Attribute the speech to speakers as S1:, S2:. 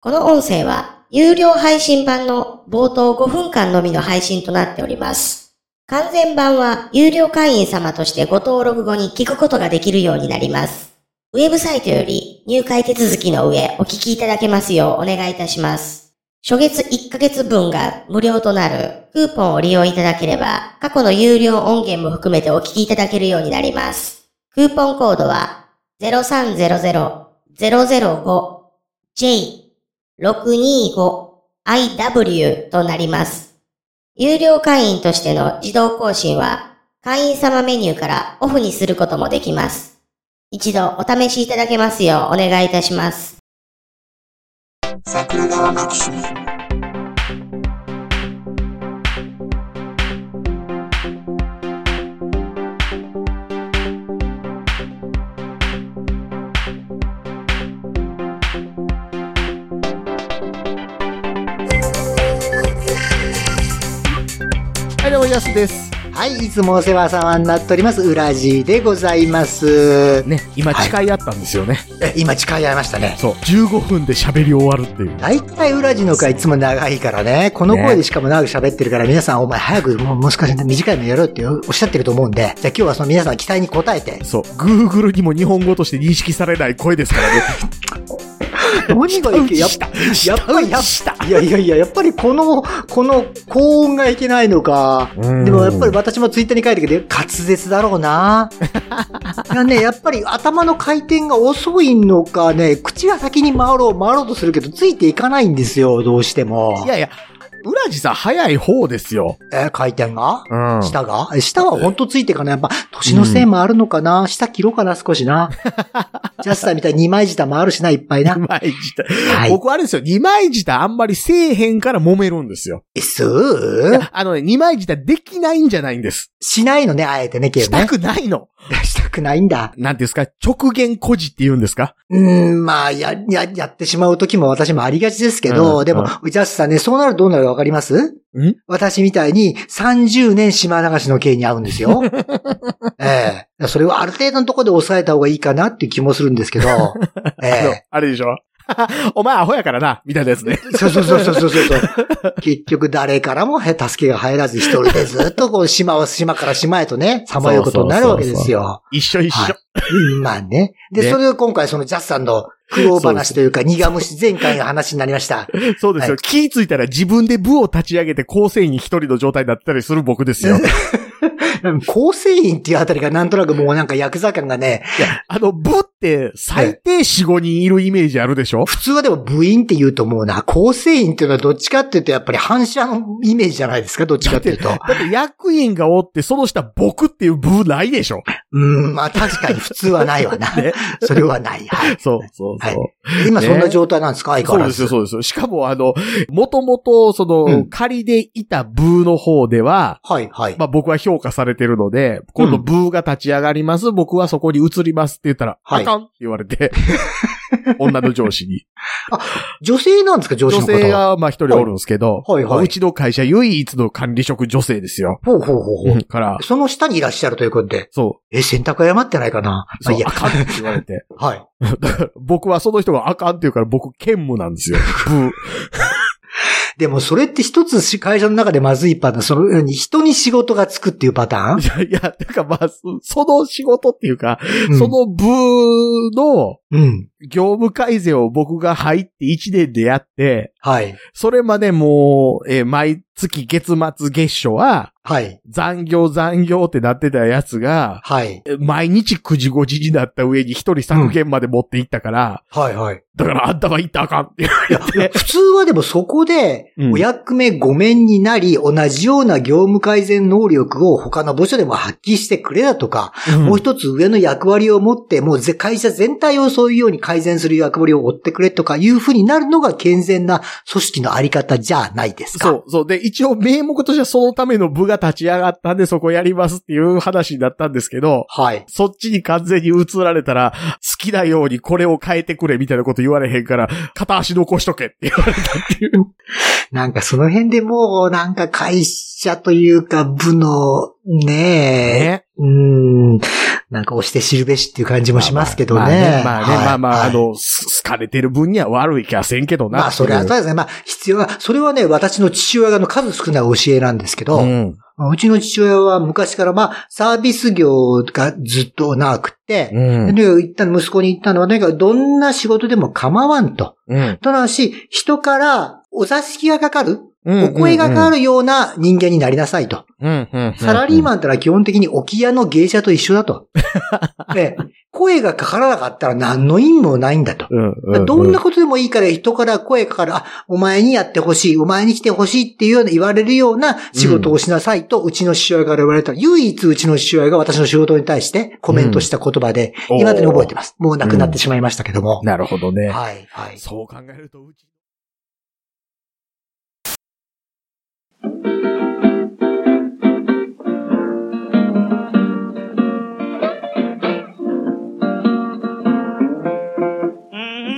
S1: この音声は有料配信版の冒頭5分間のみの配信となっております。完全版は有料会員様としてご登録後に聞くことができるようになります。ウェブサイトより入会手続きの上お聞きいただけますようお願いいたします。初月1ヶ月分が無料となるクーポンを利用いただければ過去の有料音源も含めてお聞きいただけるようになります。クーポンコードは 0300-005J625IW となります。有料会員としての自動更新は会員様メニューからオフにすることもできます。一度お試しいただけますようお願いいたします。
S2: 桜川マキシム
S3: はい、どうも、やすです。
S4: はい、いつもお世話様になっております、うらじでございます。
S3: ね、今、誓い合ったんですよね。
S4: え今、誓い合いましたね。
S3: そう、15分で喋り終わるっていう。、
S4: 大体、うらじの回いつも長いからね、この声でしかも長く喋ってるから、皆さん、お前早く、もうもしかして短いのやろうっておっしゃってると思うんで、じゃあ今日はその皆さんの期待に応え て
S3: そう、Google にも日本語として認識されない声ですからね。
S4: 何がいけ、やっ ぱ
S3: 下打ちし
S4: や
S3: た。
S4: っぱり
S3: 下打ちした。
S4: いやいやいや、やっぱりこの、この高音がいけないのか。
S3: うん
S4: でもやっぱり私もツイッターに書いてけど、滑舌だろう な。いやね、やっぱり頭の回転が遅いのかね、口が先に回ろう、回ろうとするけど、ついていかないんですよ、どうしても
S3: い。やいや、浦地さん早い方ですよ。
S4: え、回転が
S3: うん
S4: 下がえ下はほんとついていかない。やっぱ、年のせいもあるのかな、下切ろうかな、少し な。ジャスターみたいに二枚舌回るしな、いっぱいな。
S3: 枚舌。
S4: はい。
S3: 僕あれですよ、二枚舌あんまりせえへんから揉めるんですよ。
S4: すー
S3: あのね、二枚舌できないんじゃないんです。
S4: しないのね、あえてね、ケイ
S3: し
S4: ブね
S3: た。くないの。
S4: したくないんだ。
S3: なんていうんですか、直言孤児って言うんですか
S4: うーん、まあ、や、や、やってしまう時も私もありがちですけど、
S3: うん
S4: でも、ジャスさんね、そうなるとどうなるかわかります
S3: ん
S4: 私みたいに30年島流しの刑に合うんです よ。ええそれをある程度のところで抑えた方がいいかなっていう気もするんですけ ど、え
S3: あの
S4: え、
S3: あれでしょ お前アホやからな、みたいな やつね。
S4: そうそうそうそうそうそう。結局誰からも助けが入らず一人でずっとこう島は島から島へとね、さまようことになるわけですよ。
S3: 一緒一緒。
S4: うんまあね。で、
S3: ね
S4: それを今回そのジャスさんの苦労話というか苦虫前回の話になりました。
S3: そうですよ。
S4: は
S3: 気ぃついたら自分で部を立ち上げて構成員一人の状態になってたりする僕ですよ。
S4: 構成員っていうあたりがなんとなくもうなんかヤクザ感がね、
S3: あの、部って最低4、5人いるイメージあるでしょ
S4: 普通はでも部員って言うと思うな。構成員っていうのはどっちかっていうとやっぱり反射のイメージじゃないですか、どっちかっていうと。
S3: だって役員がおって、その下僕っていう部ないでしょ
S4: うん、まあ確かに普通はないわな。
S3: ね
S4: それはない。はい。
S3: そう、そう、
S4: はい
S3: そう。
S4: 今
S3: ね
S4: そんな状態なんですか、相変
S3: そ
S4: わ
S3: う
S4: ら
S3: で
S4: ず。
S3: すよ、そうですよ。しかもあの、もともと、そうの、
S4: ん
S3: 仮でいた部の方では、
S4: はい、はい。
S3: まあ僕は評価されてるので、今度ブーが立ち上がります、僕はそこに移りますって言ったら、
S4: はい
S3: あかんって言われ て、女の上司に。
S4: 女性なんですか、上司
S3: 女
S4: の方。
S3: 性。が、まあ、一人おるんですけど、
S4: はいはいはいう
S3: ちの会社唯一の管理職女性ですよ。
S4: ほうほうほうほう。
S3: から、
S4: その下にいらっしゃるということで。
S3: そ
S4: え、選択誤ってないかな
S3: う、
S4: まあ
S3: そう
S4: いい、や
S3: あ。かんって言われて。
S4: はい。
S3: 僕はその人があかんって言うから、僕、兼務なん ですよ。
S4: でもそれって一つし会社の中でまずいパターン。その、人に仕事がつくっていうパター
S3: ブー。いや、いや、てかまあ、そその仕事っていうか、
S4: ン
S3: そ、のブーの
S4: うんうん。
S3: 業務改善を僕が入って1年でやって、
S4: はい。
S3: それまでもう、えー毎月月末月初は、
S4: はい。
S3: 残業残業ってなってたやつが、
S4: はい。
S3: 毎日9時5時になった上に一人削減まで持っていったから、
S4: はいはい。
S3: だからあんたは行ったらあかんって言われて。
S4: 普通はでもそこで
S3: うん、
S4: お役目ご免になり、同じような業務改善能力を他の部署でも発揮してくれだとか、もう一つ上の役割を持って、もうぜ会社全体をそういうように改善する役割を追ってくれとかいうふうになるのが健全な組織のあり方じゃないですか。
S3: そう、そう。で、一応名目としてはそのための部が立ち上がったんでそこやりますっていう話になったんですけど、
S4: はい。
S3: そっちに完全に移られたら、好きなようにこれを変えてくれみたいなこと言われへんから、片足残しとけって言われたっていう。
S4: なんかその辺でもうなんか会社というか部のねえ、
S3: ね。
S4: うーん。なんか押して知るべしっていう感じもしますけどね。
S3: まあまあね、
S4: はい
S3: まあまあ、
S4: はい
S3: あの、す好かれてる分には悪い気はせんけどな。
S4: まあ、それはそうですね。まあ、必要は、それはね、私の父親の数少ない教えなんですけど、
S3: う。
S4: うんちの父親は昔から、まあ、サービス業がずっと長くて、
S3: うん。
S4: で、一旦息子に言ったのは、なんか、どんな仕事でも構わんと。
S3: うん。
S4: ただし、人からお座敷がかかる、
S3: うん
S4: お声がかかるような人間になりなさいと。
S3: うん。うん。
S4: サラリー
S3: ン。
S4: マンってのは基本的に沖屋の芸者と一緒だと。ね、声がかからなかったら何の意味もないんだと。
S3: うん。う
S4: どんなことでもいいから人から声かかる、あ、お前にやってほしい、お前に来てほしいっていうような言われるような仕事をしなさいと、うちの父親から言われた。唯一うちの父親が私の仕事に対してコメントした言葉で、
S3: うん
S4: 今までに覚えてます。もう亡くなってしまいましたけども。
S3: なるほどね。
S4: はい、はい。
S3: そう考えると、うち。